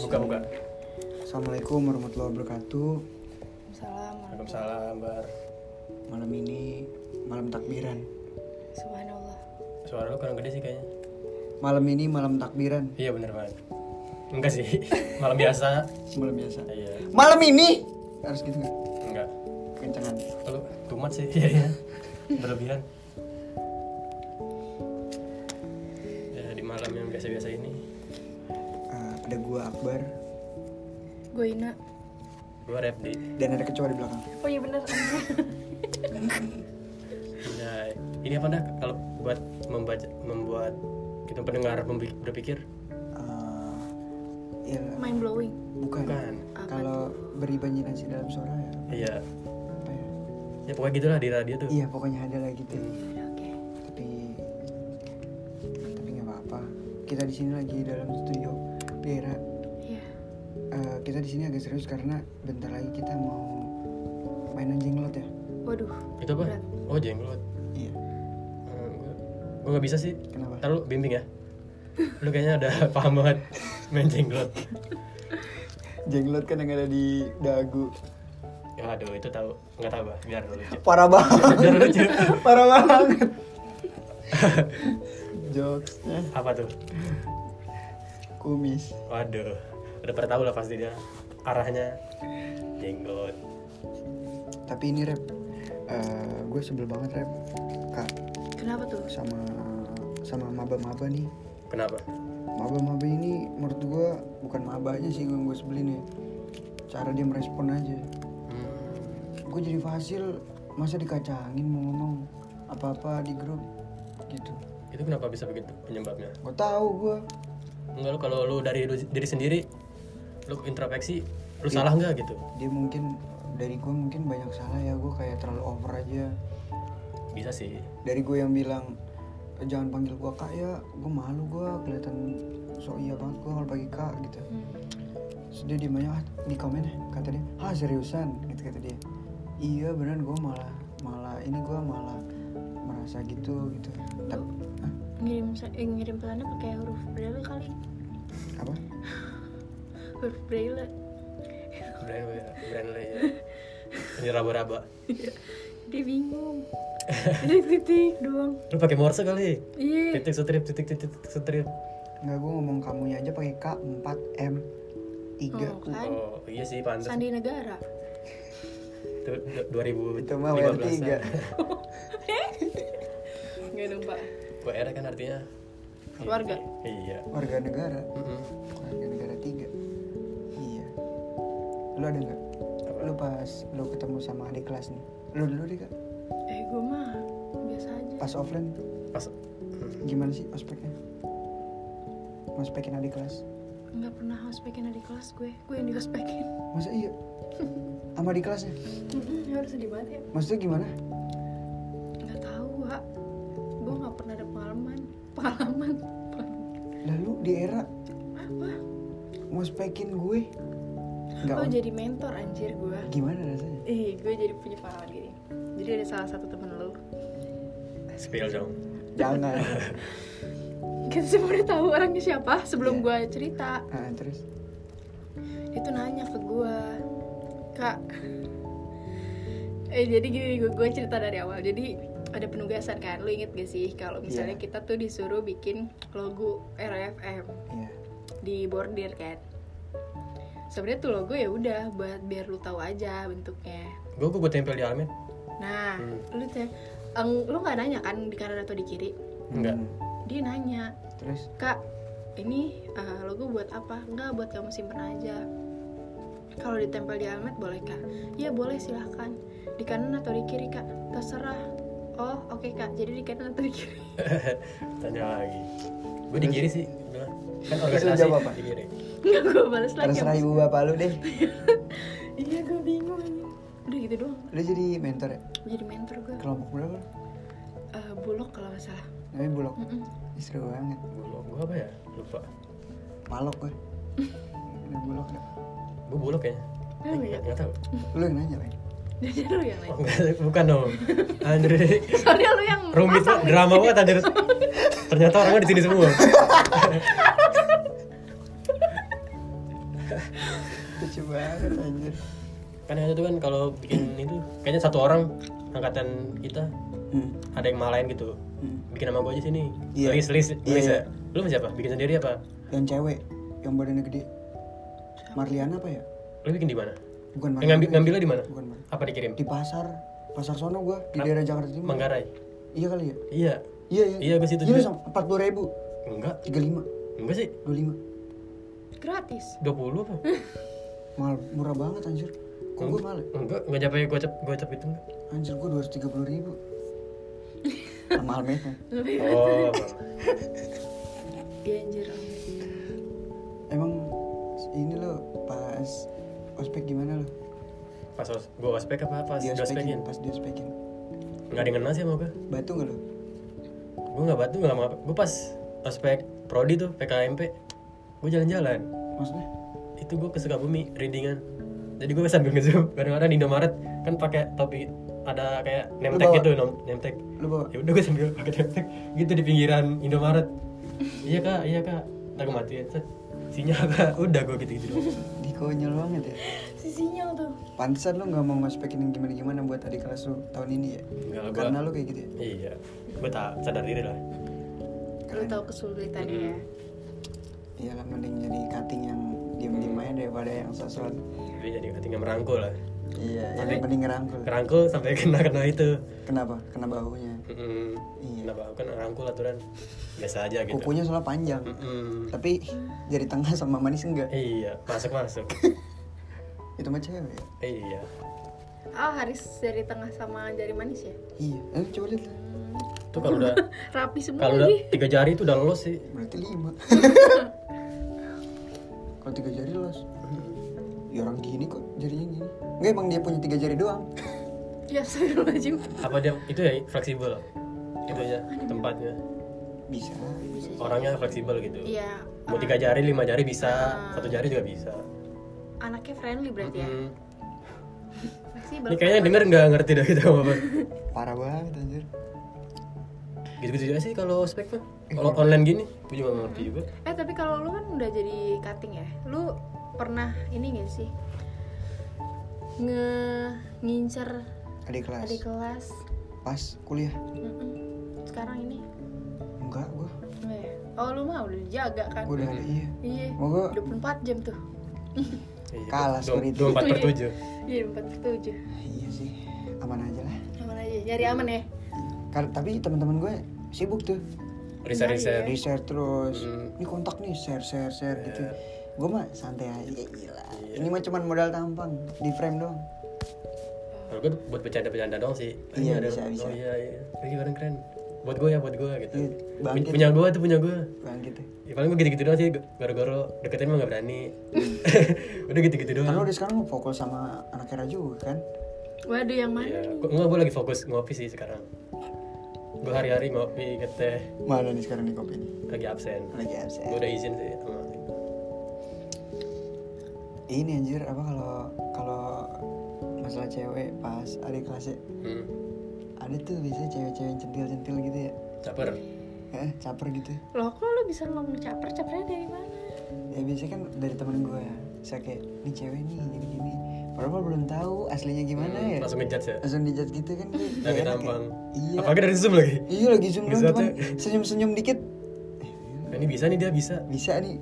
Buka buka. Assalamualaikum warahmatullahi wabarakatuh. Salam. Waalaikumsalam Bar. Malam ini malam takbiran. Subhanallah. Suara lu kurang gede sih kayaknya. Malam ini malam takbiran. Iya bener banget. Enggak sih. Malam biasa. Malam biasa. Iya. Malam ini harus gitu nggak? Enggak. Kencangan. Lu tumat sih. Iya iya. Berlebihan. Ya, di malam yang biasa-biasa ini Eh, ada gua Akbar Gue Ina. gua rap di dan ada kecoa di belakang. Oh iya bener. Nah, ini apa dah kalau buat membaca membuat kita pendengar membi- berpikir Eh, ya, Mind blowing. bukan. bukan Kalau berimajinasi dalam suara ya. iya apa ya? ya pokoknya gitulah di radio tuh Iya pokoknya ada lah gitu. Ya, Oke. Tapi tapi nggak apa-apa. Kita di sini lagi dalam studio Pera Iya. Eh, kita di sini agak serius karena bentar lagi kita mau mainan jenglot ya. Waduh. itu apa Berat. oh jenglot Iya. Hmm, gua- gua nggak bisa sih Kenapa? ntar lu bimbing ya lu kayaknya udah paham banget main jenglot Jenglot kan yang ada di dagu. ya aduh itu tahu nggak tahu bah biar lucu Parah banget. biar lucu Parah banget. Jokesnya apa tuh kumis. waduh udah pernah tahu lah pasti dia arahnya jenglot Tapi ini rap. Eh, gue sebel banget rap. Kak Kenapa tuh? sama sama maba-maba nih. kenapa Maba-maba ini menurut gue bukan mabanya sih yang gue sebelin ya. Cara dia merespon aja. Hmm, gue jadi fasil masa dikacangin mau ngomong apa-apa di grup gitu itu kenapa bisa begitu penyebabnya gue tahu gue Enggak lu kalau lu dari lu- diri sendiri lu introspeksi lu salah nggak gitu? dia mungkin dari gue mungkin banyak salah ya gue kayak terlalu over aja Bisa sih. dari gue yang bilang "Eh, jangan panggil gue kak ya gue malu gue kelihatan so iya banget gue kalau pagi kak gitu Hmm. sudah dia banyak di komen kata dia ah seriusan gitu kata dia iya beneran gue malah malah ini gue malah merasa gitu gitu tapi Ngirim eh, ngirim pesannya pakai huruf braille kali. apa Huruf braille. Brand brand lu ya. Ini raba-raba. Dia bingung. Titik-titik doang. Lu pakai morse kali. Iya. Titik strip titik titik titik strip. Enggak, gue ngomong kamunya aja pakai K, 4, M, 3, Oh, U. kan. Oh, iya sih pantas. Sandi negara. Itu du- 2015. Itu mah WR 3. Enggak dong pak. WR kan artinya Keluarga. Iya. Mm-hmm. Warga negara. Mm-mm. Warga negara 3. Iya. Lu ada nggak? Apa? Lu pas lu ketemu sama adik kelas nih. Lu dulu deh, Kak. Eh gue mah biasa aja. Pas offline, Pas Hmm. gimana sih ospeknya? Ngospekin adik kelas. Enggak pernah hospekin adik kelas gue. Gue yang dihospekin. Masa iya? Sama adik kelasnya? Mm-mm, Ya udah sedih banget ya. Maksudnya gimana? Enggak tahu pak. Gue nggak pernah ada pengalaman. Pengalaman. Lalu di era Apa? ngospekin gue? Enggak, Oh jadi mentor anjir gue gimana rasanya? Ih gue jadi punya pengalaman gini Jadi ada salah satu temen lu Spill dong. Jangan. Kan semua udah tahu orangnya siapa sebelum gue cerita ah, terus Dia tuh nanya ke gue Kak Eh jadi gini gue, gue cerita dari awal Jadi ada penugasan kan Lu inget gak sih kalau misalnya Iya. kita tuh disuruh bikin logo RFM iya. di bordir kan sebenarnya tuh logo ya udah buat biar lu tahu aja bentuknya Gue gue tempel di almet. Nah, Hmm. lu teh, eng- lu nggak nanya kan di kanan atau di kiri? Enggak. Hmm, Dia nanya, Terus kak, ini eh, logo buat apa? Enggak, buat kamu simpen aja. Kalau ditempel di almet boleh kak? Ya boleh silahkan. Di kanan atau di kiri kak? Terserah. Oh, oke kak. Jadi di kanan atau di kiri? Tanya lagi. Gue di kiri sih. bilang. Kan Terus lu organisasi jawab apa? di kiri. Enggak, gue balas lagi. Terserah ibu bapak lu deh Iya, gue bingung. anjing. Udah gitu doang. Lu jadi mentor ya? Jadi mentor gue. Kelompok berapa? lu? Eh, bulog kalau nggak salah. Namanya bulog Mm-mm. Ih, Seru banget Gue apa ya? Lupa. Palok gue Lu bulog ya? Gue buluk kayaknya. Oh, Eh, iya. nggak- nggak tahu. Lu yang nanya Pak Jadi Oh, lu yang nanya. enggak, bukan dong. Andre, Soalnya lu yang rumit pasang banget, drama banget Andre. Ternyata orangnya di sini semua. lucu banget anjir kan yang itu kan kalau bikin itu kayaknya satu orang angkatan kita hmm. ada yang malain gitu hmm. bikin nama gue aja sini Iya. list list Iya, list iya. ya. lu sama siapa bikin sendiri apa yang cewek yang badannya gede Marliana apa ya lu bikin di mana bukan Eh, ngambil Marliana ngambilnya di mana bukan Mar- apa dikirim di pasar pasar sono gua di Kenapa? daerah Jakarta Timur Manggarai iya kali ya iya iya iya Iya, gua situ Gila, juga. sama empat puluh ribu enggak tiga lima enggak sih dua lima gratis 20 apa mahal murah banget anjir kok gua mahal ya? enggak enggak capek gocap gocap itu enggak anjir gua dua ratus tiga puluh ribu mahal banget ya. oh Iya anjir emang ini lo pas ospek gimana lo pas os- gua ospek apa pas dia Iya, ospekin ospekin pas dia ospekin enggak ada yang kenal sih sama gua batu nggak lo gua enggak batu enggak apa gua pas ospek prodi tuh PKMP gua jalan-jalan maksudnya itu gue ke Sukabumi readingan jadi gue sambil ngezoom kadang-kadang di Indomaret kan pakai topi ada kayak name Lu tag bawa- gitu nom- name tag lo bawa ya udah gue sambil pakai name tag gitu di pinggiran Indomaret iya kak iya kak tak mati ya set. sinyal kak udah gue gitu gitu dikonyol banget ya Si sinyal tuh pantesan lo nggak mau ngospekin yang gimana gimana buat adik kelas lo tahun ini ya Enggak lah, gua- karena lo kayak gitu ya iya gue tak sadar diri lah Lu tahu kesulitannya ya Iya lah mending jadi cutting yang Hmm. diem-diem aja daripada yang sosokan tapi jadi ya tinggal merangkul lah Iya, yang Tapi- mending ngerangkul kerangkul sampai kena kena itu Kenapa? Kena bahunya Mm-mm. Iya kenapa kan rangkul aturan biasa aja gitu Kukunya soalnya panjang Mm-mm. Tapi jari tengah sama manis enggak iya masuk masuk Itu mah cewek ya? iya Oh Haris dari tengah sama jari manis ya Iya, eh, coba lihat lah. itu kalau udah Rapi semua kalau udah lagi tiga jari itu udah lolos sih Berarti lima Kalau tiga jari los Ya orang gini kok jarinya gini Enggak emang dia punya tiga jari doang Ya astagfirullahaladzim apa dia itu ya fleksibel itu aja tempatnya Bisa Bisa jadi. orangnya fleksibel gitu Iya mau orang- tiga jari lima jari bisa Ah. satu jari juga bisa Anaknya friendly berarti ya Mm. Masih ini kayaknya denger nggak ngerti dah kita ngomong apa Parah banget anjir gitu gitu aja sih kalau spek mah kalau online gini gue juga nggak ngerti juga Eh tapi kalau lu kan udah jadi cutting ya, lu pernah ini gak sih nge ngincer Adik kelas adik kelas? Pas kuliah Mm-mm. Sekarang ini Enggak gua enggak ya? Oh lu mah udah dijaga kan? Gua udah ada iya Iya. Mau gua 24 jam tuh. Iya, Kalah dua- seperti itu. dua empat per tujuh Iya 47. Iya sih Aman aja lah Aman aja, nyari aman ya. Kal- tapi teman-teman gue sibuk tuh riset riset Iya. share terus Mm. ini kontak nih share share share gitu gue mah santai aja ya gila ini mah cuman modal tampang di frame doang kalau gue buat bercanda bercanda doang sih Oh, Iya, ada- bisa, bisa. oh iya iya ini orang keren buat gue ya buat gue gitu Iya, bangkit. punya gue tuh punya gue kan gitu ya paling gue gitu-gitu doang sih goro-goro deketin mah gak berani udah gitu-gitu kan lo doang udah sekarang mau fokus sama anak era juga kan Waduh yang Iya, mana? gua- enggak gue lagi fokus ngopi sih sekarang gue hari-hari ngopi ke teh mana nih sekarang nih kopi ini lagi absen lagi gue absen udah izin sih sama ini anjir apa kalau kalau masalah cewek pas ada kelasnya hmm, ada tuh biasanya cewek-cewek yang centil-centil gitu ya caper Heeh, caper gitu Loh kok lu bisa ngomong caper? Capernya dari mana? ya biasanya kan dari temen gue saya kayak ini cewek nih gini gini padahal belum tahu aslinya gimana Hmm, ya langsung ngejudge ya langsung dijat gitu kan gue gak enak dari ya. tampang iya apalagi dari zoom lagi iya lagi zoom doang Ngejudge-nya. cuman senyum senyum dikit Nah, ini bisa nih dia bisa bisa nih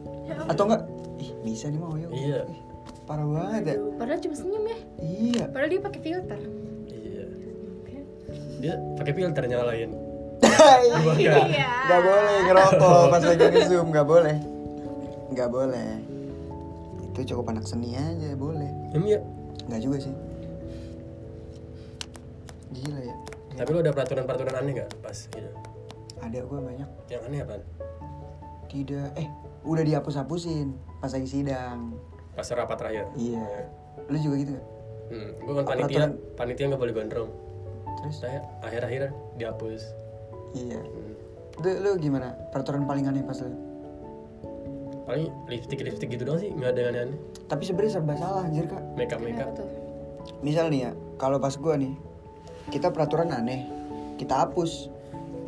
atau enggak ih bisa nih mau yuk Ya. Iya. Ih, parah banget ya Aduh, padahal cuma senyum ya. iya Padahal dia pakai filter. iya Oke. dia pakai filter nyalain Iya. nggak boleh ngerokok pas lagi nge zoom nggak boleh nggak boleh itu cukup anak seni aja boleh emang ya nggak juga sih gila ya tapi lo ada peraturan-peraturan aneh gak pas gitu ada gue banyak yang aneh apa tidak eh udah dihapus-hapusin pas lagi sidang pas rapat terakhir iya lu juga gitu gak? hmm, gue kan panitia Peraturan- panitia nggak boleh gondrong terus saya akhir-akhir dihapus iya Hmm. lu, lu gimana peraturan paling aneh pas lu paling lipstick lipstick gitu doang sih nggak ada yang aneh-aneh tapi sebenarnya serba salah anjir kak makeup makeup Kenapa tuh? misal nih ya kalau pas gua nih kita peraturan aneh kita hapus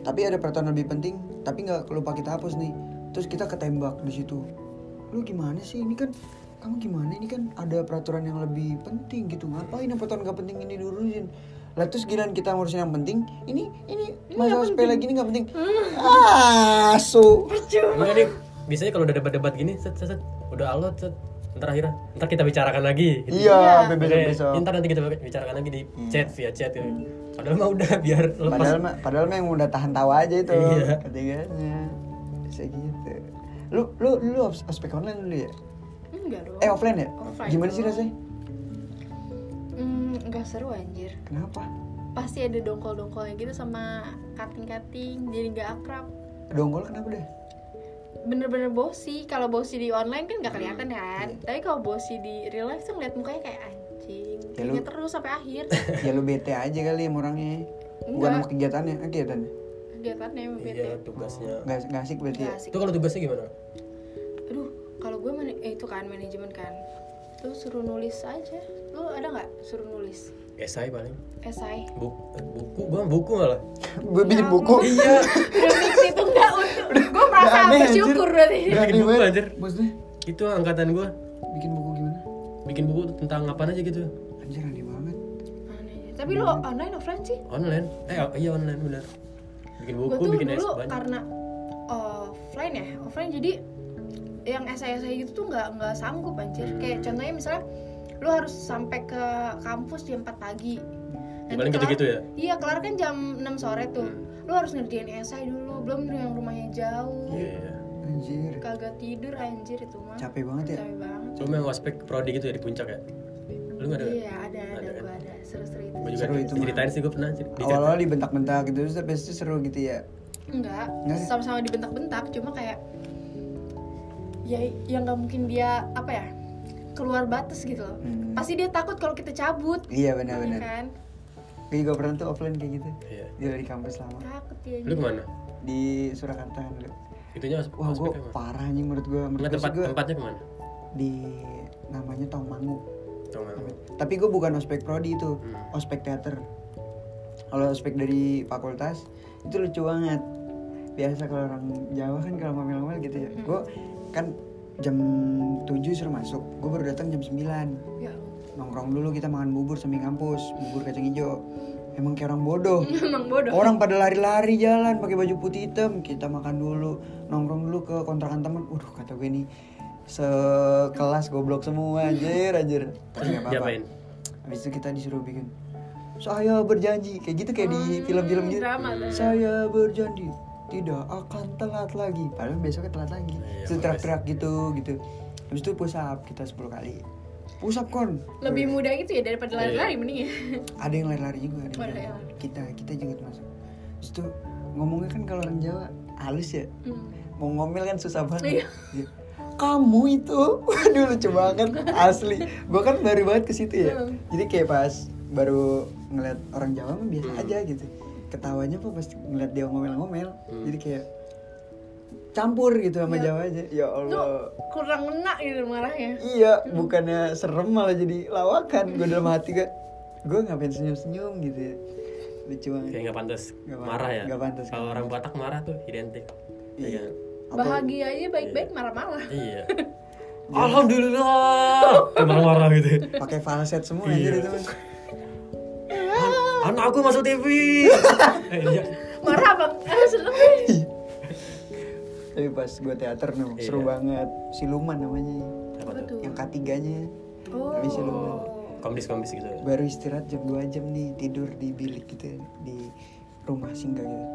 tapi ada peraturan lebih penting tapi nggak lupa kita hapus nih terus kita ketembak di situ lu gimana sih ini kan kamu gimana ini kan ada peraturan yang lebih penting gitu ngapain yang peraturan gak penting ini diurusin lah terus giliran kita ngurusin yang penting ini ini masalah sepele gini gak penting Hmm. ah so Emang ini biasanya kalau udah debat-debat gini, set, set, set, udah alot, set, ntar akhirnya, ntar kita bicarakan lagi. gitu. iya Oke, besok besok Hmm. Ntar nanti kita bicarakan lagi di chat via chat. gitu. Padahal mah udah biar lepas. padahal mah padahal mah yang udah tahan tawa aja itu Iya. ketiganya kayak gitu lu lu lu obs- ospek online dulu ya Enggak dong. eh offline ya Offline gimana sih dong. rasanya Hmm, enggak seru anjir. kenapa Pasti ada dongkol-dongkolnya gitu sama kating-kating, jadi nggak akrab. dongkol kenapa deh Bener-bener bosi. Kalau bosi di online kan nggak kelihatan Hmm. kan. Iya. Tapi kalau bosi di real life tuh ngeliat mukanya kayak anjing. Ya lu- Kayaknya terus sampai akhir. ya lu bete aja kali sama orangnya bukan sama Enggak. kegiatannya eh, kegiatannya Kegiatannya emang bete. Iya, tugasnya. nggak nggak asik berarti ya? Nggak asik. Itu kalau tugasnya gimana? aduh kalau gue mana eh, itu kan manajemen kan lu suruh nulis aja lu ada nggak suruh nulis Eh, Esai paling. esai Buku, buku gua buku malah. gue bikin buku Iya. kritik itu enggak untuk gue merasa aneh, bersyukur berarti Bikin Berani buku, banget. anjir. maksudnya Itu angkatan gua bikin buku gimana bikin buku tentang apa aja gitu. anjir aneh banget Aneh. tapi lu online offline sih Online. Eh, iya online bener. Bikin gue buku, tuh bikin dulu kan- esai banyak. karena offline ya offline jadi yang esai-esai gitu tuh nggak nggak sanggup anjir Hmm. kayak contohnya misalnya lu harus sampai ke kampus jam 4 pagi Nanti paling kelar- gitu-gitu ya? Hmm. iya kelar kan jam 6 sore tuh lu harus ngerjain esai dulu belum yang rumahnya jauh Iya, iya. anjir kagak tidur anjir itu mah capek banget ya Capek banget Lu memang ospek prodi gitu ya di puncak ya? Lu nggak ada? iya ada ada Ada kan? gua ada seru-seru Gue itu juga Seru itu mah. ceritain sih gue pernah cer- diceritain. awal-awal dibentak-bentak gitu terus habis itu seru gitu ya enggak Enggak sih? sama-sama dibentak-bentak cuma kayak ya yang nggak mungkin dia apa ya keluar batas gitu loh Hmm. pasti dia takut kalau kita cabut iya ya benar-benar kan gue juga pernah tuh offline kayak gitu Iya. di dari kampus lama takut dia Lu kemana? di Surakarta kan dulu. Itunya os- Wah gue ospeknya kemana? parah anjing menurut gue menurut Enggak gue tempat gue tempatnya kemana? di namanya Tongmangu. Tahu nggak? Tapi gue bukan ospek prodi itu, Oh. Hmm. ospek teater. Kalau ospek dari fakultas itu lucu banget. Biasa kalau orang Jawa kan kalau ngomel-ngomel gitu ya. Gue kan jam 7 suruh masuk, gue baru datang jam 9 ya nongkrong dulu kita makan bubur samping kampus bubur kacang hijau emang kayak orang bodoh emang bodoh orang pada lari-lari jalan pakai baju putih hitam kita makan dulu nongkrong dulu ke kontrakan teman waduh kata gue nih sekelas goblok semua anjir anjir tapi nggak apa-apa Diapain? habis itu kita disuruh bikin saya berjanji kayak gitu kayak di film-film gitu drama tuh. saya berjanji tidak akan telat lagi padahal besoknya telat lagi Iya, Terus teriak-teriak gitu gitu habis itu push up kita 10 kali push up kon lebih mudah gitu ya daripada Iya. lari-lari mending ya ada yang lari-lari juga ada yang Ada lari. yang kita kita juga masuk terus tuh ngomongnya kan kalau orang Jawa halus ya Hmm. mau ngomel kan susah Iya. banget Iya. kamu itu waduh lucu banget asli gua kan baru banget ke situ ya Hmm. jadi kayak pas baru ngeliat orang Jawa mah biasa aja gitu ketawanya tuh pas ngeliat dia ngomel-ngomel jadi kayak campur gitu Iya. sama Jawa aja ya lu Allah kurang enak gitu marahnya Iya, bukannya serem malah jadi lawakan. Gue dalam hati gue, gue ngapain senyum-senyum gitu ya. Lucu Kayak banget. nggak pantas Nggak pantas. marah ya. Nggak pantas. Kalau orang Batak marah tuh identik. Iya. kan? Apa- bahagia aja baik-baik marah-marah Iya. Alhamdulillah. Iya. Kayak Marah-marah gitu. Pakai falset semua Iya. anjir itu. Mas. An- Anak aku masuk TV. Eh, iya. marah bang ah, seneng Tapi pas gue teater nih, Iya. seru banget. Siluman namanya. Apa Apa tuh? tuh? Yang ketiganya Oh. Habis siluman. Kombis-kombis gitu. ya? Baru istirahat jam 2 jam nih tidur di bilik gitu di rumah singgah gitu.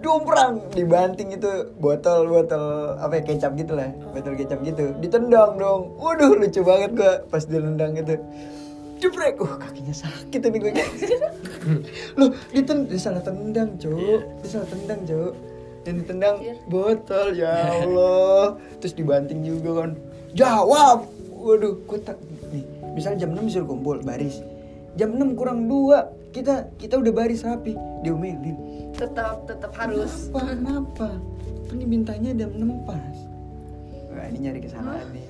Dumprang dibanting itu botol-botol apa ya kecap gitu lah, botol kecap gitu. Ditendang dong. Waduh lucu banget gua pas ditendang gitu. Jebrek, uh kakinya sakit ini gue Loh, diten dia salah tendang, Cuk. Dia salah tendang, Cuk. Yang ditendang botol ya Allah. Terus dibanting juga kan. Jawab. Waduh, gue tak nih. Misal jam 6 disuruh kumpul baris. Jam 6 kurang 2 kita kita udah baris rapi diomelin tetap tetap harus Wah, kenapa ini mintanya jam 6 pas Wah, ini nyari kesalahan Ah, nih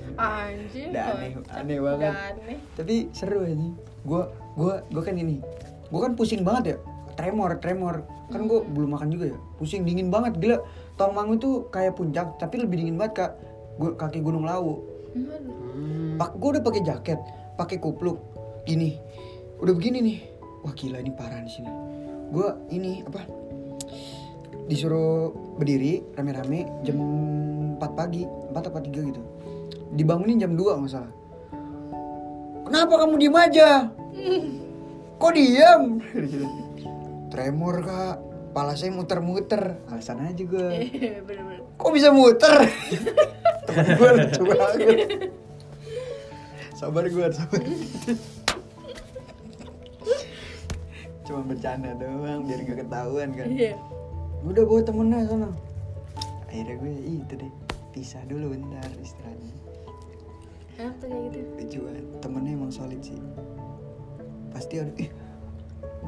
Anjing. Nah, Udah kocak. aneh- aneh banget. Udah aneh. tapi seru aja gua gua gua kan ini gua kan pusing banget ya tremor tremor kan gua belum makan juga ya pusing dingin banget gila Tongmangu tuh kayak puncak tapi lebih dingin banget kak gua, kaki gunung lawu Waduh. Hmm. Pak, gue udah pakai jaket, pakai kupluk, gini, udah begini nih. Wah gila ini parah di sini. Gue ini apa? Disuruh berdiri rame-rame jam 4 pagi, 4 apa 3 gitu. Dibangunin jam 2 nggak salah. Kenapa kamu diem aja? Kok diem? Tremor kak, kepala saya muter-muter. Alasan aja gue. Eh, Bener-bener. Kok bisa muter? Temen gue lucu banget Sabar gue, sabar Cuma bercanda doang biar gak ketahuan kan Iya. Udah bawa temennya sana Akhirnya gue itu deh Pisah dulu bentar istilahnya Enak tuh kayak gitu. Lucu banget Temennya emang solid sih Pasti ada Ih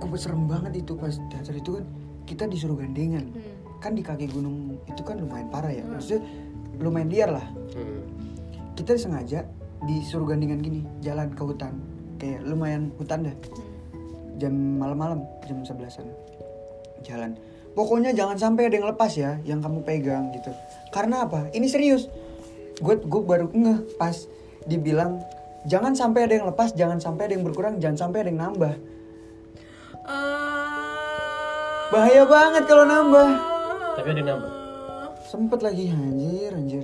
Gue serem banget itu pas dasar itu kan Kita disuruh gandengan Hmm. Kan di kaki gunung itu kan lumayan parah ya Hmm. Maksudnya lumayan liar lah Hmm. kita sengaja disuruh gandengan gini jalan ke hutan kayak lumayan hutan dah jam malam-malam jam sebelasan jalan pokoknya jangan sampai ada yang lepas ya yang kamu pegang gitu karena apa ini serius gue gue baru ngeh pas dibilang jangan sampai ada yang lepas jangan sampai ada yang berkurang jangan sampai ada yang nambah Ah. bahaya banget kalau nambah Tapi ada nambah. Eh, sempet lagi anjir anjir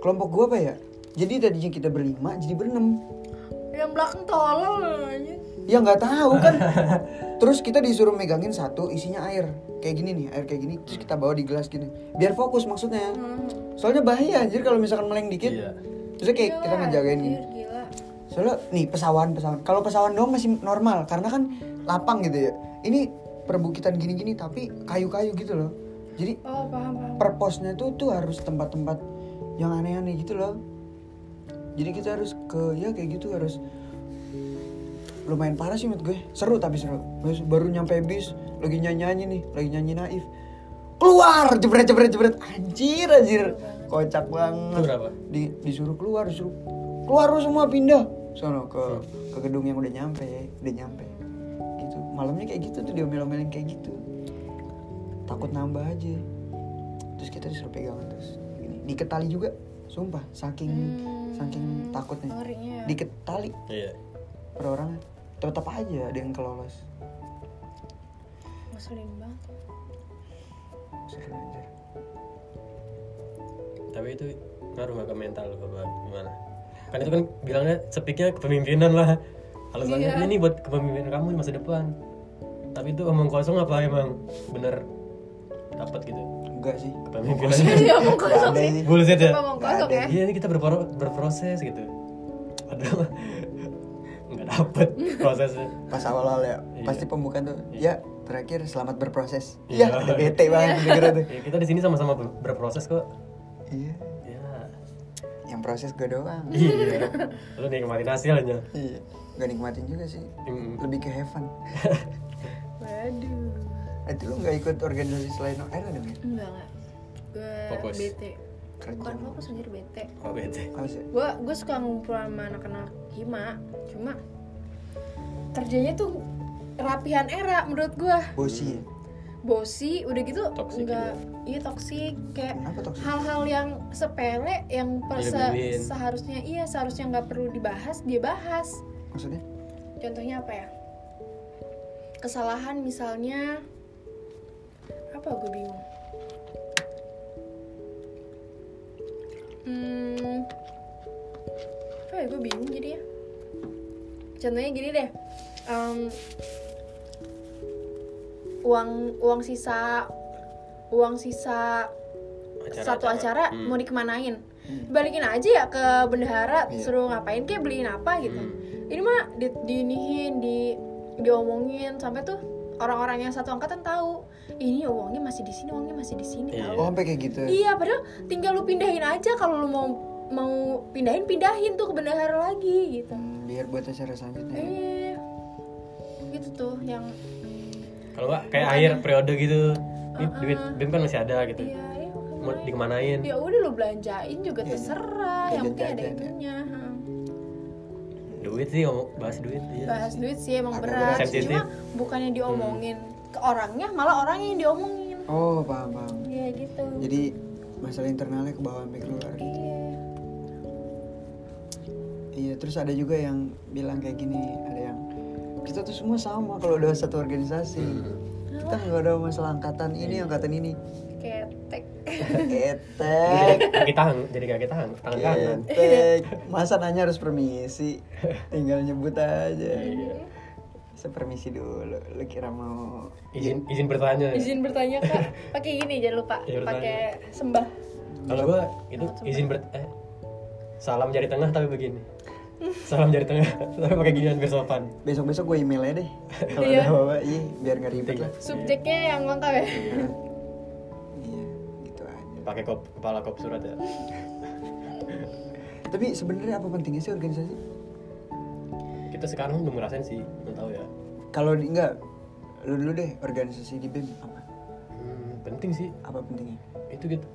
kelompok gue apa ya jadi tadinya kita berlima jadi berenam Yang belakang tolol aja. Ya nggak tahu kan. Terus kita disuruh megangin satu isinya air. Kayak gini nih, air kayak gini terus kita bawa di gelas gini. Biar fokus maksudnya. Soalnya bahaya anjir kalau misalkan meleng dikit. Iya. Terus kayak kita ngejagain gini. Gila. Soalnya nih pesawahan-pesawahan. Kalau pesawahan doang masih normal karena kan lapang gitu ya. Ini perbukitan gini-gini tapi kayu-kayu gitu loh. Jadi Oh paham paham. purpose-nya tuh tuh harus tempat-tempat yang aneh-aneh gitu loh. Jadi kita harus ke ya kayak gitu harus lumayan parah sih menurut gue. Seru tapi seru. Terus baru nyampe bis lagi nyanyi-nyanyi nih, lagi nyanyi Naif. Keluar jebret jebret jebret anjir anjir. Kocak Itu banget. berapa? Di- disuruh keluar, disuruh keluar lu semua pindah sono ke ke gedung yang udah nyampe, udah nyampe. Gitu. Malamnya kayak gitu tuh diomel-omelin kayak gitu. Takut nambah aja. Terus kita disuruh pegangan terus. Gini. Diketali juga. Sumpah, saking saking takutnya. Hmm, Ngerinya. ya. Diketali Iya. per orang tetap aja ada yang kelolos. Ngeselin banget. Seru anjir. Tapi itu ngaruh nggak ke mental lu apa gimana? Kan itu kan bilangnya sepiknya kepemimpinan lah. Alasannya Iya. ini buat kepemimpinan kamu di masa depan. Tapi itu omong kosong apa emang bener dapat gitu Enggak sih. kepemimpinan? Iya omong kosong Nggak ada sih. sih. Bullshit ya. Omong kosong ya. Iya ini kita berpro- berproses gitu. Padahal nggak dapet prosesnya. Pas awal-awal ya, Iya. pasti pembukaan tuh. Ya, terakhir selamat berproses. Iya. Ya, udah bete banget dengernya tuh. Ya, kita di sini sama-sama ber- berproses kok. Iya. Ya. Yang proses gue doang. Iya. Lu nikmatin hasilnya. Iya. Gak nikmatin juga sih. Mm. Lebih ke heaven. Waduh. Itu Eh, lu gak ikut organisasi selain air ada nggak? Enggak enggak. Gue Fokus. BT. Kerja. Bukan fokus anjir BT. Oh bete. Males ya? gue gue suka ngumpul sama anak-anak hima cuma kerjanya tuh rapihan era menurut gue Bosi Eh. ya? bosi udah gitu Toxic nggak iya toksik kayak Kenapa toksik? hal-hal yang sepele yang perse Dilebelin. seharusnya iya seharusnya nggak perlu dibahas dia bahas Maksudnya? contohnya apa ya kesalahan misalnya apa gue bingung hmm apa ya gue bingung jadi ya contohnya gini deh Em, uang uang sisa uang sisa satu acara Hmm. mau dikemanain Hmm. balikin aja ya ke bendahara Iya. suruh ngapain kayak beliin apa gitu Hmm. ini mah di, diinihin di diomongin sampai tuh orang-orang yang satu angkatan tahu ini uangnya masih di sini uangnya masih di sini Iya. tahu Oh, sampai kayak gitu. iya padahal tinggal lu pindahin aja kalau lu mau mau pindahin pindahin tuh ke bendahara lagi gitu Hmm, biar buat acara selanjutnya. ya? eh gitu tuh yang Kalau nggak kayak akhir periode gitu. Ini Uh-uh. duit BEM kan masih ada gitu. iya ya Mau dikemanain? ya udah lu belanjain juga Iya, terserah yang penting ada jajan-jajan ya. itunya ha. Duit sih ngomong bahas duit. Iya. bahas duit sih emang Agak berat berat sih. cuma bukannya diomongin ke orangnya malah orangnya yang diomongin Oh, paham, paham. Iya, ya gitu Iya. Jadi masalah internalnya ke bawah sampai keluar. Iya. Iya, terus ada juga yang bilang kayak gini, ada yang kita tuh semua sama kalau udah satu organisasi. Kita nggak ada masalah angkatan ini, angkatan ini. ketek Ketek, kaki tangan jadi kaki tangan tangan kanan ketek. Masa nanya harus permisi? Tinggal nyebut aja. Saya permisi dulu. Lu kira mau izin izin bertanya izin bertanya kak pakai gini jangan lupa Iya, bertanya. pakai sembah kalau gua itu izin ber eh, salam jari tengah tapi begini salam jari tengah tapi pakai ginian biar sopan besok-besok gue email aja deh. Kalau Iya. ada apa-apa, iya, biar nggak ribet lah. subjeknya yang lengkap ya Iya, gitu aja. pakai kop kepala kop surat ya Tapi sebenarnya apa pentingnya sih organisasi? kita sekarang belum ngerasain sih nggak tahu ya Kalau di- enggak, lu dulu deh organisasi di BEM apa? Hmm, penting sih Apa pentingnya? itu gitu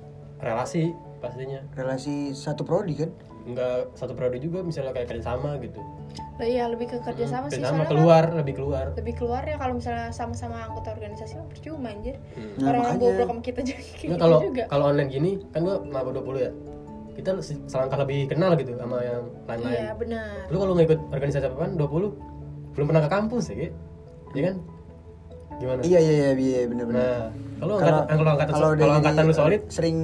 relasi pastinya Relasi satu prodi kan? nggak satu periode juga misalnya kayak kerjasama gitu lah iya lebih ke kerja sama sih soalnya kerjasama kan keluar lebih keluar lebih keluar ya kalau misalnya sama-sama anggota organisasi mah percuma anjir Hmm. Nah, orang-orang makanya. bobrok sama kita juga kayak Nggak, gitu kalau juga kalau online gini kan gua maba 20 ya kita se- selangkah lebih kenal gitu sama yang lain-lain iya benar lu kalau nggak ikut organisasi apaan 20 belum pernah ke kampus ya Ki? ya kan gimana Iya iya iya iya benar-benar. nah kalau angkatan kalau angkatan so- kalau angkatan lu solid sering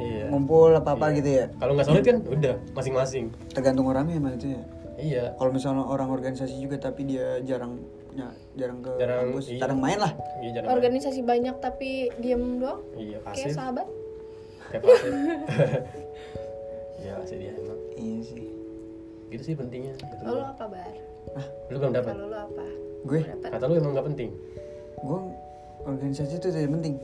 iya ngumpul apa apa Iya. gitu ya. kalau nggak solid kan udah masing-masing Tergantung orangnya emang itu ya. iya Kalau misalnya orang organisasi juga tapi dia jarang ya, jarang ke Jarang, kampus, iya. jarang main lah. iya jangan organisasi banyak tapi diem doang iya kayak pasif sahabat kayak pasif iya sih dia emang Iya sih. gitu sih pentingnya kata lo gua. apa bar lu belum dapat kalau lo apa Gue dapat kata lu emang nggak penting gue organisasi itu tidak penting.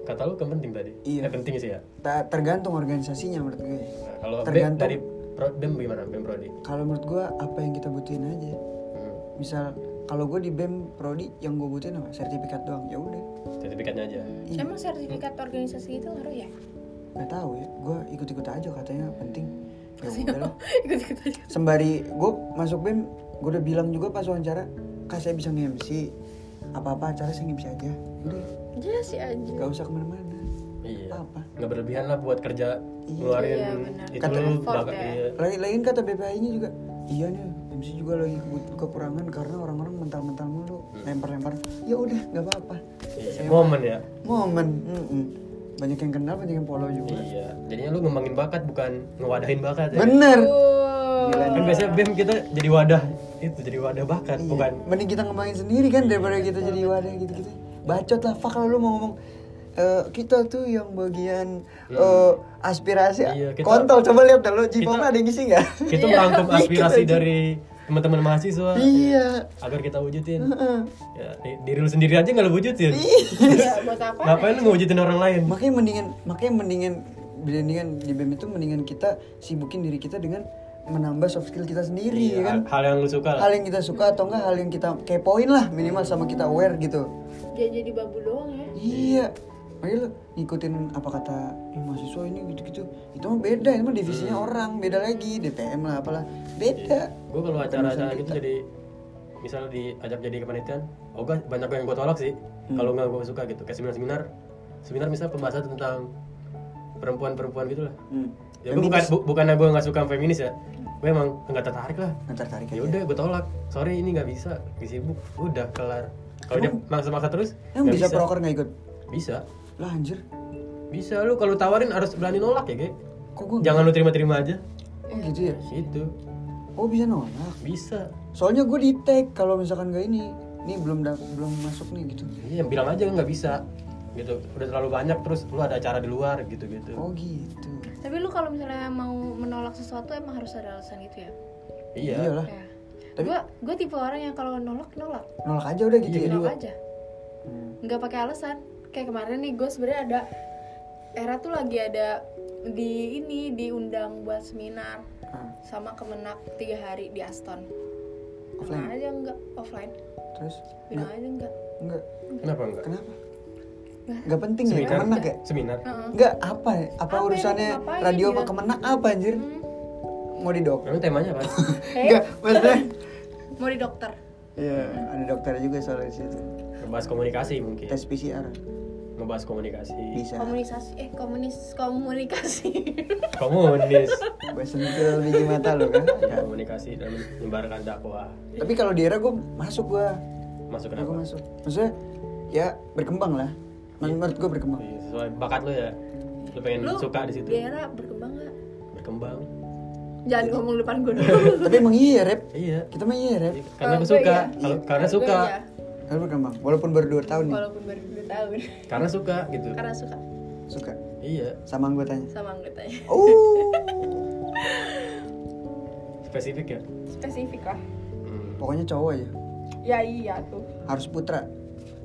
kata lu kan penting tadi Iya. Eh, penting sih ya Ta- tergantung organisasinya menurut gue. Nah, kalau BEM Tergantung. dari pro, BEM gimana BEM prodi Kalau menurut gue apa yang kita butuhin aja. hmm. Misal kalau gue di BEM prodi yang gue butuhin apa? Sertifikat doang. Ya udah. sertifikatnya aja Iya. emang sertifikat organisasi itu ngaruh ya nggak tahu ya gue ikut-ikut aja katanya penting ya udahlah ikut-ikut aja sembari gue masuk bem gue udah bilang juga pas wawancara kak saya bisa nge-MC apa-apa acara saya nge-MC aja Ya udah jelas Iya sih aja gak usah kemana-mana iya apa-apa nggak berlebihan lah buat kerja Iya. ngeluarin Iya, benar. itu Kata lu effort bakal- ya. iya. lagi lain kata BPI nya juga iya nih MC juga lagi ke- kekurangan karena orang-orang mental-mental mulu lempar-lempar ya udah nggak apa-apa Iya, Saya- momen ya momen mm-mm. banyak yang kenal banyak yang follow juga iya jadinya lu ngembangin bakat bukan ngewadahin bakat Iya. ya bener Wow. kan biasanya BEM kita jadi wadah itu jadi wadah bakat Iya. bukan Mending kita ngembangin sendiri kan daripada kita jadi wadah gitu-gitu. Bacot lah, fuck lah lu mau ngomong "Eh, kita tuh yang bagian eh, aspirasi Iya, kita- kontol coba lihat dah lu Jipong kita- ada yang ngisi nggak kita merangkum Iya, aspirasi kita- dari teman-teman mahasiswa iya agar kita wujudin Heeh. ya, di- diri lu sendiri aja nggak lu wujudin Iya, buat apa ngapain lu ngewujudin orang lain makanya mendingan makanya mendingan mendingan di BEM itu mendingan kita sibukin diri kita dengan menambah soft skill kita sendiri ya Iya, kan hal yang lu suka lah hal yang kita suka atau enggak hal yang kita kepoin lah minimal sama kita aware gitu dia jadi babu doang ya Iya. Makanya lu ngikutin apa kata "Ih, mahasiswa ini gitu-gitu. Itu mah beda, itu mah divisinya orang, beda lagi, DPM lah apalah. Beda. gue kalau Bukan acara-acara urusan gitu kita. jadi misal diajak jadi kepanitiaan oh gak banyak yang gue tolak sih Hmm. kalau nggak gue suka gitu kayak seminar-seminar seminar misal pembahasan tentang perempuan-perempuan gitu lah Hmm. ya gue bukan bu, bukan gue nggak suka feminis ya gue emang nggak tertarik lah Nggak tertarik ya aja. udah gue tolak sorry ini nggak bisa Lagi sibuk udah kelar kalau dia maksa-maksa terus Emang nggak bisa, proker nggak ikut? bisa Lah anjir. bisa lu kalau tawarin harus berani nolak ya Ge. Kok gua jangan lu terima-terima aja Oh gitu ya? gitu Oh bisa nolak. bisa Soalnya gue di tag kalau misalkan gak ini, nih belum da- belum masuk nih gitu. Iya, bilang aja nggak bisa gitu udah terlalu banyak terus lu ada acara di luar gitu gitu Oh gitu. tapi lu kalau misalnya mau menolak sesuatu emang harus ada alasan gitu ya iya Iyalah, ya Tapi- gue gue tipe orang yang kalau nolak nolak nolak aja udah Iya, gitu ya. nolak aja Hmm. nggak pakai alasan kayak kemarin nih gue sebenarnya ada era tuh lagi ada di ini diundang buat seminar Ah, sama kemenak tiga hari di Aston Offline? bilang aja enggak offline terus Iya. bilang aja enggak enggak kenapa enggak kenapa? Nggak. Enggak penting ya, Seminar. kemenak ya? seminar Heeh. Enggak apa ya? Apa, Apa yang urusannya ngapain radio gitu? sama kemenak apa anjir? Hmm. Mau didok? emang temanya apa Eh, Enggak, maksudnya. ya, mau di dokter Iya, ada dokter juga soalnya di situ. Iya. bahas komunikasi mungkin Tes PCR. ngebahas komunikasi bisa Oh. komunikasi eh komunis komunikasi komunis gue sentil biji mata lo kan ya, komunikasi dan menyebarkan dakwah tapi kalau di era gue masuk gue masuk gue kenapa masuk maksudnya ya berkembang lah menurut gue berkembang Iya, sesuai bakat lo ya lo pengen Lu ya. suka di situ di era berkembang nggak berkembang jangan ngomong depan gue dulu tapi emang iya rep iya kita mah iya rep Iya, karena Kalau gue gue suka iya. kalau karena Gue suka ya, Karena berkembang walaupun baru 2 tahun nih walaupun baru dua tahun karena suka gitu karena suka suka iya sama anggotanya sama anggotanya oh spesifik ya spesifik lah Hmm. pokoknya cowok aja ya iya tuh harus putra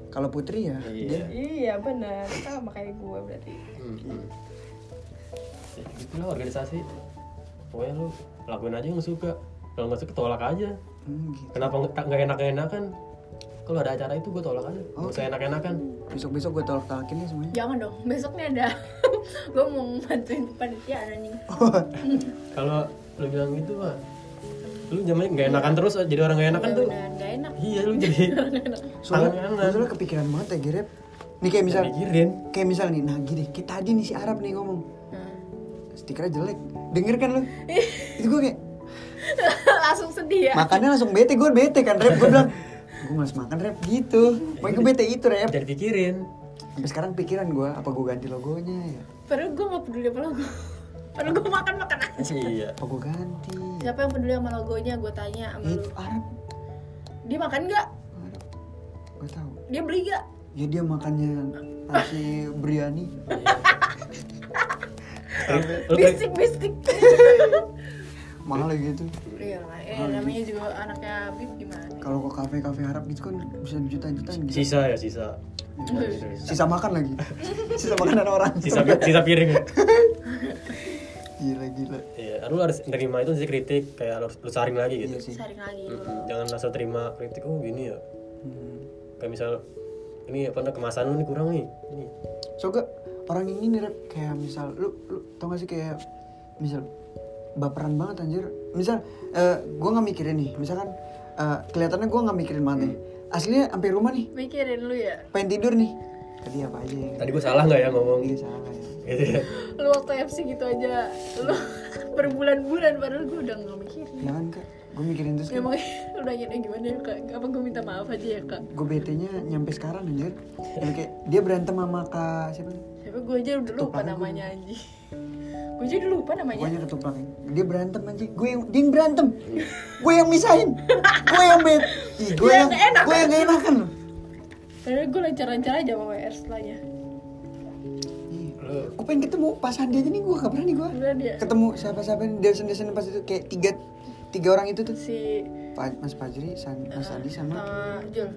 kalau putri ya Iya. dia- iya benar sama kayak gue berarti Hmm, hmm. Ya, gitu lah organisasi pokoknya lu lakuin aja yang lu suka kalau nggak suka tolak aja Hmm, gitu. kenapa nggak- nggak enak enakan kalau ada acara itu gue tolak aja nggak usah enak enakan besok-besok gue tolak-tolakin nih semuanya jangan dong besoknya ada gue mau bantuin panitia anjing kalau lu bilang gitu mah lu jamannya nggak enakan terus jadi orang nggak enakan tuh benar nggak enak iya lu jadi soalnya Tangan-tangan. soalnya kepikiran banget ya Gerep nih kayak misal mikirin kayak misal nih nah gini kayak tadi nih si Arab nih ngomong stikernya jelek denger kan lu itu gue kayak langsung sedih ya makannya langsung bete gue bete kan rep gue bilang gue males makan rep gitu pokoknya gue bete itu rep jadi pikirin sampai sekarang pikiran gue apa gue ganti logonya ya padahal gue nggak peduli sama logo padahal gue makan makan aja iya apa gue ganti Hmm. Ya siapa yang peduli sama logonya gue tanya sama itu lu Arab dia makan nggak Arab gue tahu dia beli nggak ya dia makannya nasi biryani lu kayak bisik bisik mahal ya gitu Iya lah, eh namanya juga anaknya Bib gimana? kalau ke kafe kafe Arab gitu kan bisa juta-jutaan gitu sisa ya sisa sisa makan lagi sisa makanan orang sisa sisa piring gila gila iya lu harus nerima itu sih kritik kayak lu, lu saring lagi gitu iya sih Saring lagi dulu. Mm-mm. jangan langsung terima kritik oh gini ya Hmm. kayak misal ini apa namanya, kemasan lu nih kurang nih ini so gak orang yang ini Rep, kayak misal lu lu tau gak sih kayak misal baperan banget anjir misal eh, gua nggak mikirin nih misalkan eh, kelihatannya gua nggak mikirin banget nih aslinya sampai rumah nih Mikirin lu ya, pengen tidur nih tadi apa aja yang tadi gue salah nggak ya ngomong Iya, salah nggak ya gitu ya lu waktu FC gitu aja, lu berbulan-bulan padahal gue udah nggak mikirin. jangan Ya kan, kak gue mikirin terus Ya makanya lu nanya eh, gimana ya kak, apa gue minta maaf aja ya kak? gue betenya nyampe sekarang anjir Yang kayak dia berantem sama kak siapa nih? Siapa gue aja udah lupa Ketuparan namanya anjing. Gue aja udah lupa namanya. pokoknya ketuplak ya. dia berantem anjing gue yang dia yang berantem gue yang misahin gue yang bet Ih, gue Dia yang yang enak. gue yang enakan loh Padahal gue lancar-lancar aja sama WR setelahnya. Ih, lu gue pengen ketemu pasangan dia aja nih gue gak berani gue Udah dia ketemu siapa-siapa yang dosen-dosen pas itu kayak tiga tiga orang itu tuh si Pa- Mas Fajri, San- Mas Adi sama eh, Jul.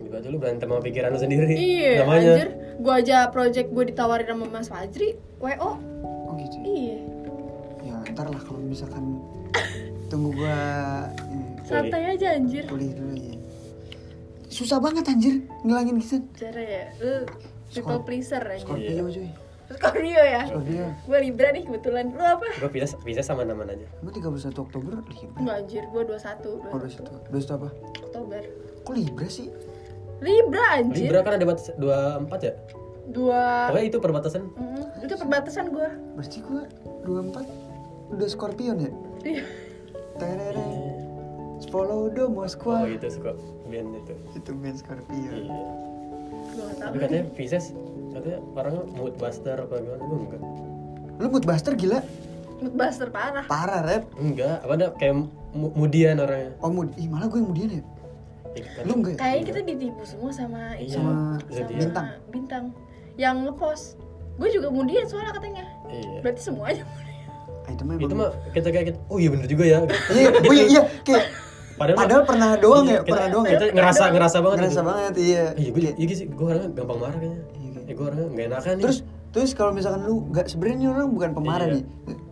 juga aja lu berantem sama pikiran lu sendiri Iya, namanya anjir. Gue aja project gue ditawarin sama Mas Fajri, WO. oh gitu ya? Iya. ya ntar lah kalau misalkan tunggu gue Santai aja anjir. kuliah dulu ya susah banget anjir ngilangin kisan Cara ya, lu people Skor- pleaser aja. Scorpio cuy Scorpio ya. Scorpio Gue Libra nih kebetulan. Lu apa? gue bisa bisa sama naman aja lu 31 Oktober Libra Enggak anjir, gue 21, oh 21 21 21 apa Oktober. kok Libra sih Libra anjir. Ah. Libra kan ada batas dua empat ya Dua pokoknya itu perbatasan Mm, itu perbatasan gue. berarti gue 24 udah Scorpion ya Iya, tereng follow the Moskwa Iya. oh itu suka band itu itu band Scorpio iya Gue gak tau. tapi katanya Pisces katanya orangnya mood buster apa gimana gue enggak lu moodbuster gila Buster parah. parah rep enggak apa ada kayak mu- mudian orangnya oh mood ih malah gue yang mudian ya Ya, kan? lu enggak ya? Kayaknya kita ditipu semua sama Iya. itu. sama Zodiac. Sama bintang Bintang. Yang ngepost. Gue juga mundian soalnya katanya. iya Berarti semua aja. ah, itu mah itu emang- mah kita kayak kita, oh iya bener juga ya gitu. iya oh iya iya kayak padahal pernah doang ya iya, kita- pernah doang ya kita ngerasa ngerasa banget ngerasa gitu. banget iya iya gue iya sih gue orangnya gampang marah kayaknya Iya, kayak- ya gue orangnya nggak enakan nih. terus terus kalau misalkan lu nggak sebenarnya orang bukan pemarah Iya. nih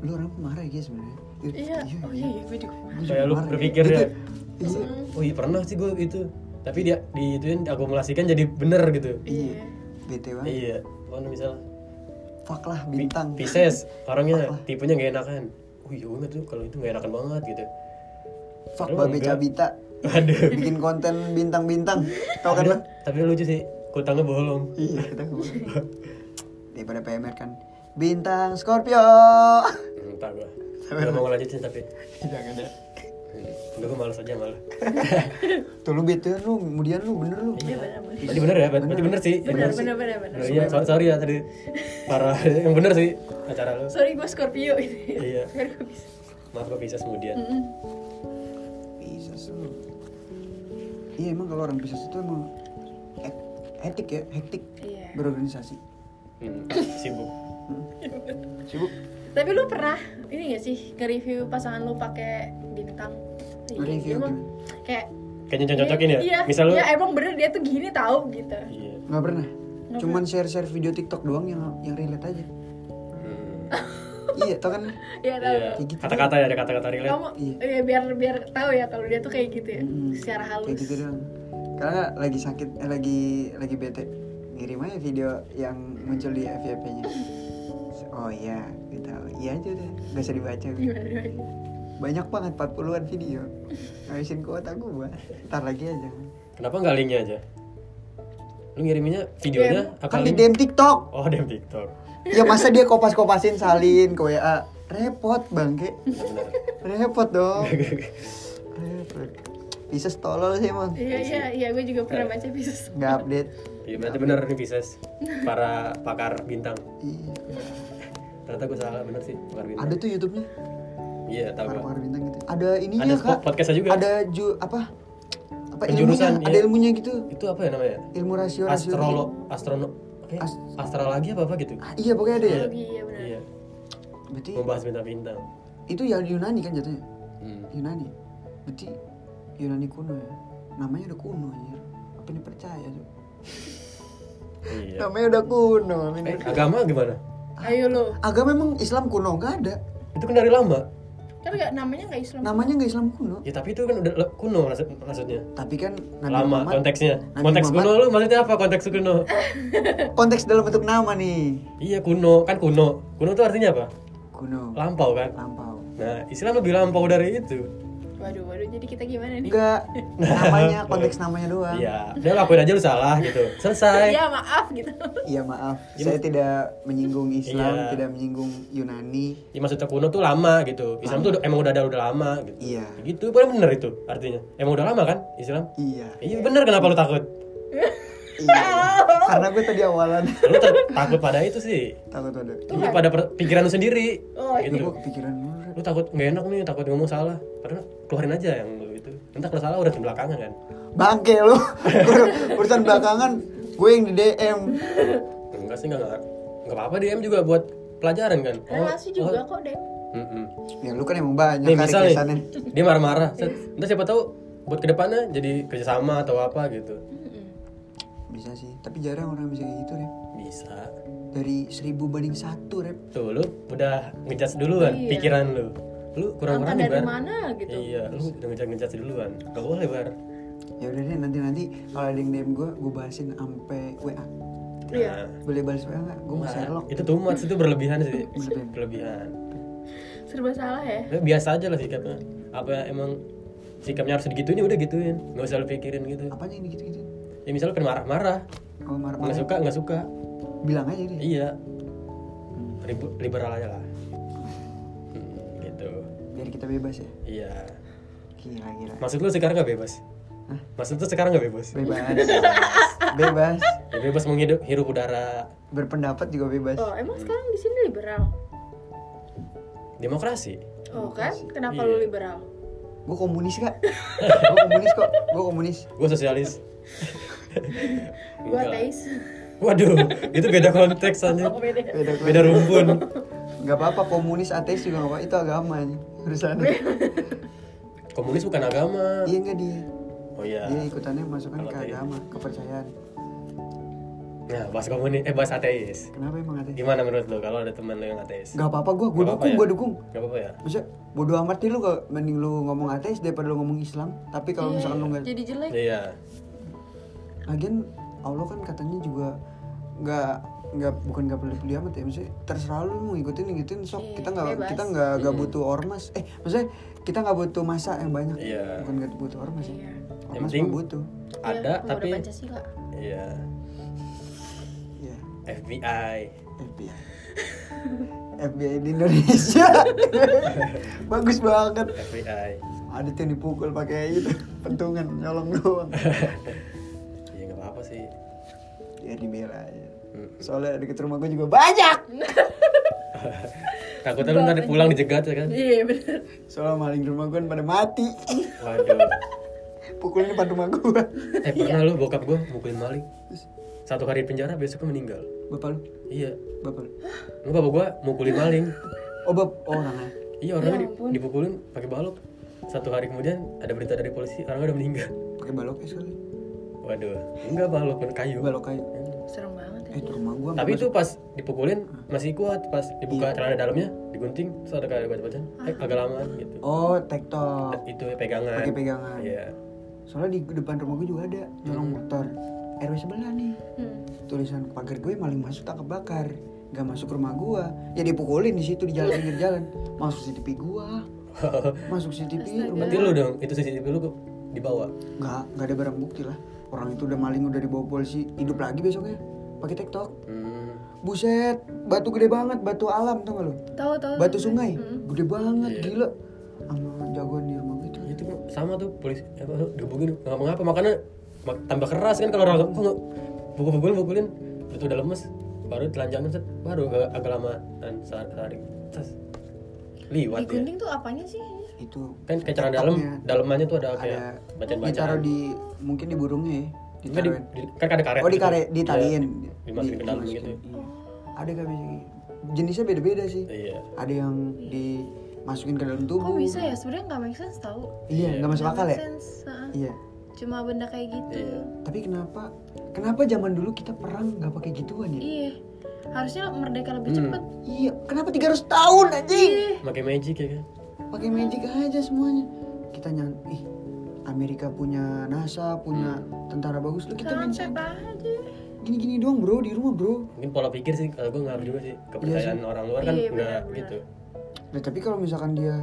lu orang pemarah ya sebenarnya Iya. Oh iya, iya gue juga. Gua juga Kayak lu pemarah, berpikir Gitu. ya. iya oh iya pernah sih gue gitu tapi dia diituin akumulasikan jadi bener gitu iya bete banget iya kalau misalnya fuck lah Pi- bintang Pisces orangnya Apa? tipenya nggak enakan oh iya gue nggak tuh kalau itu nggak enakan banget gitu fuck Lu babe enggak. cabita aduh bikin konten bintang-bintang tau kan tapi, lu tapi lucu sih Kutangnya bolong. iya kita kemana daripada PMR kan bintang Scorpio Entah Hmm, gua. Gak mau ngelanjutin tapi Hmm, jangan ya Udah gue males aja malah tuh lu bete lu kemudian lu bener lu Iya bener. Berarti bener ya, berarti bener sih benar benar benar benar Iya, so- sorry ya tadi Parah, yang bener sih acara lu sorry gue Scorpio ini Iya, biar gue bisa maaf gue bisa kemudian bisa lu iya emang kalau orang Pisces itu emang het- hektik ya hektik iya berorganisasi Hmm, Sibuk sibuk tapi lu pernah ini gak sih nge-review pasangan lu pakai bintang Iya, Nge-review emang gimana? kayak Kayaknya cocok-cocokin ya? iya, Misal lu iya emang bener dia tuh gini tahu gitu Iya nggak pernah cuman share share video TikTok doang yang yang relate aja Hmm, iya tau kan iya tahu Iya, ya. Kayak gitu. kata-kata ya, ada kata-kata relate kamu Iya. iya, biar biar tahu ya kalau dia tuh kayak gitu ya Mm-mm. secara halus kayak gitu doang karena nggak lagi sakit eh, lagi lagi bete ngirim aja video yang muncul di FYP nya oh iya gue tahu iya aja deh gak usah dibaca gue. Gimana, gimana? banyak banget 40-an video ngabisin kuota gue ntar lagi aja Kenapa nggak linknya aja? Lu ngiriminnya videonya apa kan di DM link? TikTok Oh, DM TikTok ya masa dia kopas-kopasin salin ke WA repot bangke Bener. repot dong repot Pisces tolol sih emang iya iya iya gue juga pernah baca Pisces nggak update Iya, berarti bener nih Pisces Para pakar bintang Iya. Ternyata gue salah, bener sih pakar bintang ada tuh YouTube-nya Iya, tahu gue Paru-paru bintang gitu. Ada ininya Ada kak. spot- podcastnya juga. Ada ju apa? Apa Penjurusan, ilmunya? iya. Ada ilmunya gitu. Itu apa ya namanya? Ilmu rasio rasio. astrolog astrono eh, Ast- astrologi apa apa gitu Ah, iya pokoknya ada ya. Astrologi, iya benar iya Berarti membahas bintang-bintang itu yang Yunani kan jatuhnya. hmm. Yunani. Berarti Yunani kuno ya. Namanya udah kuno anjir. Apa ini percaya tuh? iya Namanya udah kuno. eh, bener. agama gimana ayo lu Agama memang Islam kuno nggak ada. itu kan dari lama kan nggak namanya nggak Islam Namanya nggak Islam kuno. ya tapi itu kan udah le- kuno maksud- maksudnya Tapi kan Nabi lama Muhammad- konteksnya Nabi konteks Muhammad- kuno lu maksudnya apa konteks kuno Konteks dalam bentuk nama nih. iya kuno kan kuno kuno tuh artinya apa Kuno. lampau kan Lampau. nah Islam lebih lampau dari itu waduh waduh jadi kita gimana nih Enggak. Namanya konteks namanya doang. iya udah lu akuin aja lu salah gitu selesai Iya maaf gitu Iya maaf, Iya, saya tidak menyinggung Islam, Iya. tidak menyinggung Yunani. Ya, maksudnya kuno tuh lama gitu Islam tuh udah- emang udah ada udah lama gitu Iya, gitu boleh bener itu artinya emang udah lama kan Islam iya, Iya bener kenapa lu takut? iya. Karena gue tadi awalan Lu ter- takut pada itu sih. takut ada. Iya pada per- pikiran lu sendiri. Oh, Ini gue gitu. kepikiran dulu. Ren. Lu takut nggak enak nih, takut ngomong salah. Padahal keluarin aja yang lu itu. Entah kalau salah udah di belakangan kan. Bangke lu, Ur- urusan belakangan gue yang di DM. Enggak sih enggak enggak. Enggak apa-apa DM juga buat pelajaran kan. relasi oh. juga kok deh Mm-mm. Ya lu kan emang banyak Nih kali misal nih, kesannya. dia marah-marah. set. Entah siapa tahu buat kedepannya jadi kerjasama atau apa gitu. Bisa sih, tapi jarang orang bisa kayak gitu Rep. Bisa. Dari seribu banding satu Rep. Tuh lu udah ngejudge duluan Iya. pikiran lu. Lu kurang Angkat berani dari bar. mana gitu Iya, lu udah ngejudge-ngejudge duluan. Gak boleh bar. Ya udah deh nanti nanti kalau ada yang DM gue, gue bahasin sampai WA. Iya. Nah, Boleh balas WA nggak? Gue mau Nah, Sherlock. Itu too much, itu berlebihan sih. Berlebihan. berlebihan. serba salah ya Ya, biasa aja lah sikapnya. Apa emang sikapnya harus digituin ya udah gituin. Nggak usah lu pikirin gitu. Apanya yang gitu-gitu? Ya misalnya pengen marah-marah, Kalau nggak marah-marah, suka nggak suka. bilang aja deh. Iya. Ribu, liberal aja lah. Hmm, gitu. Biar kita bebas ya. Iya. Gila gila. Maksud lu sekarang nggak bebas? Hah? Maksud lu sekarang nggak bebas? bebas bebas Ya, bebas menghidup hirup udara berpendapat juga bebas oh emang sekarang di sini liberal demokrasi. oh kan kenapa Iya. lu liberal gue komunis kak gue komunis kok gue komunis Gue sosialis. gua Enggak. ateis Waduh, itu beda konteks aja. Oh, beda. beda Beda rumpun. nggak apa apa komunis ateis juga nggak apa itu agama aja urusan Komunis bukan agama. iya nggak dia Oh iya. dia ikutannya masukan ke Kalau dia- agama kepercayaan Nah, bahas komunis eh bahas ateis. kenapa emang ateis Gimana menurut lo kalau ada teman lo yang ateis? nggak apa apa gue gue Ya. Nggak apa-apa dukung ya? gue dukung Gak apa-apa ya? Maksudnya bodo amat deh lu kok mending lu ngomong ateis daripada lu ngomong Islam tapi kalau Iya, misalkan lu nggak jadi jelek Iya. lagian Allah kan katanya juga nggak nggak bukan nggak perlu peduli amat ya maksudnya terserah lu mau ngikutin ngikutin sok Iya, kita nggak bebas. kita nggak nggak Hmm. butuh ormas eh maksudnya kita nggak butuh masa yang banyak Iya. bukan nggak butuh ormas ya Iya. ormas penting- mah butuh Ada Iya, pemuda tapi Pancasila iya. Iya, FBI FBI FBI di Indonesia bagus banget FBI ada yang dipukul pakai itu pentungan nyolong doang ya nggak apa-apa sih ya dibela aja Mm. soalnya deket rumah gue juga banyak takutnya lu ntar pulang dijegat ya kan Iya bener soalnya maling di rumah gue pada mati waduh pukulin depan rumah gue eh pernah lu bokap gue mukulin maling satu hari di penjara besoknya meninggal bapak lu iya bapak lu lu bapak gue mukulin maling oh bap oh orangnya iya orangnya di- dipukulin pakai balok satu hari kemudian ada berita dari polisi orangnya udah meninggal pakai balok ya sekali waduh enggak balok kayu balok kayu Serem banget ya eh itu rumah gue Tapi itu pas dipukulin Hmm. masih kuat, pas Iya. dibuka celana dalamnya digunting terus ada kayak baca-bacaan, eh agak lama gitu. Ah. oh tektok Itu ya, pegangan. pakai pegangan Iya. soalnya di depan rumah gue juga ada nyolong motor RW sebelah nih Hmm. tulisan pagar gue maling masuk tangkap bakar gak masuk rumah gue ya dipukulin di situ di jalan pinggir jalan masuk CCTV gue masuk CCTV rumah Berarti lu dong itu CCTV lu kok dibawa. nggak nggak ada barang bukti lah orang itu udah maling udah dibawa polisi hidup lagi besoknya pakai tiktok Hmm. buset batu gede banget batu alam tau gak lo Tahu tahu. batu sungai gede banget Iya. gila sama jagoan di rumah gitu Itu kok sama tuh polisi apa dihubungin nggak ngapa-ngapa makanya mak- tambah keras kan kalau orang Hmm. kok nggak- pukul-pukulin pukulin itu udah lemes baru telanjangin set baru agak, agak lama dan sehari tas liwat ya Digunting tuh apanya sih? itu kan kayak celana dalam Tiktoknya dalemannya tuh ada Iya. ada Oh. kayak bacaan-bacaan ditaruh di mungkin di burungnya ya Enggak di, ditaruhin di- kan ada karet. oh di gitu. karet Iya, ditaliin dimasukin ke dalam dimasukin, gitu. iya. ada gak bisa gitu. jenisnya beda-beda sih Iya. ada yang dimasukin ke dalam Kok tubuh bisa ya? Sebenarnya nggak make sense tahu. iya nggak masuk Nggak akal make ya sense, heeh. iya Cuma benda kayak gitu. Iya. tapi kenapa kenapa zaman dulu kita perang nggak pakai gituan ya Iya. Harusnya merdeka lebih Hmm. cepet. iya kenapa 300 tahun anjing Iya. Pakai magic ya kan. pakai magic aja semuanya kita nyan ih Amerika punya NASA punya Hmm. tentara bagus lu kita Tangan main cek kan? aja. gini-gini doang bro di rumah bro Mungkin pola pikir sih kalau gue ngaruh juga Iya sih kepercayaan orang luar kan Iya, enggak benar-benar. gitu. Nah, tapi kalau misalkan dia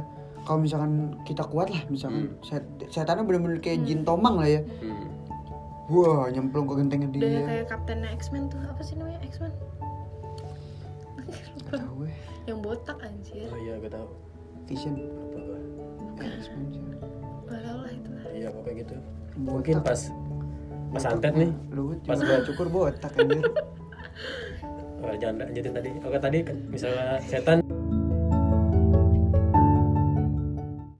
kalau misalkan kita kuat lah misalkan Hmm. set, setannya bener-bener kayak jin tomang lah ya Hmm. wah nyemplung ke gentengnya Udah dia kayak kaptennya X-Men tuh. Apa sih namanya X-Men? Gak tahu ya Yang botak anjir. Oh iya, gue tahu. vision Lupa gue. eh, X-Men sih. Walau lah itu lah. Iya, pokoknya gitu. Botak. Mungkin pas pas santet nih. Luhut Pas juga cukur botak anjir Oh, jangan lanjutin tadi. Oke tadi kan misalnya setan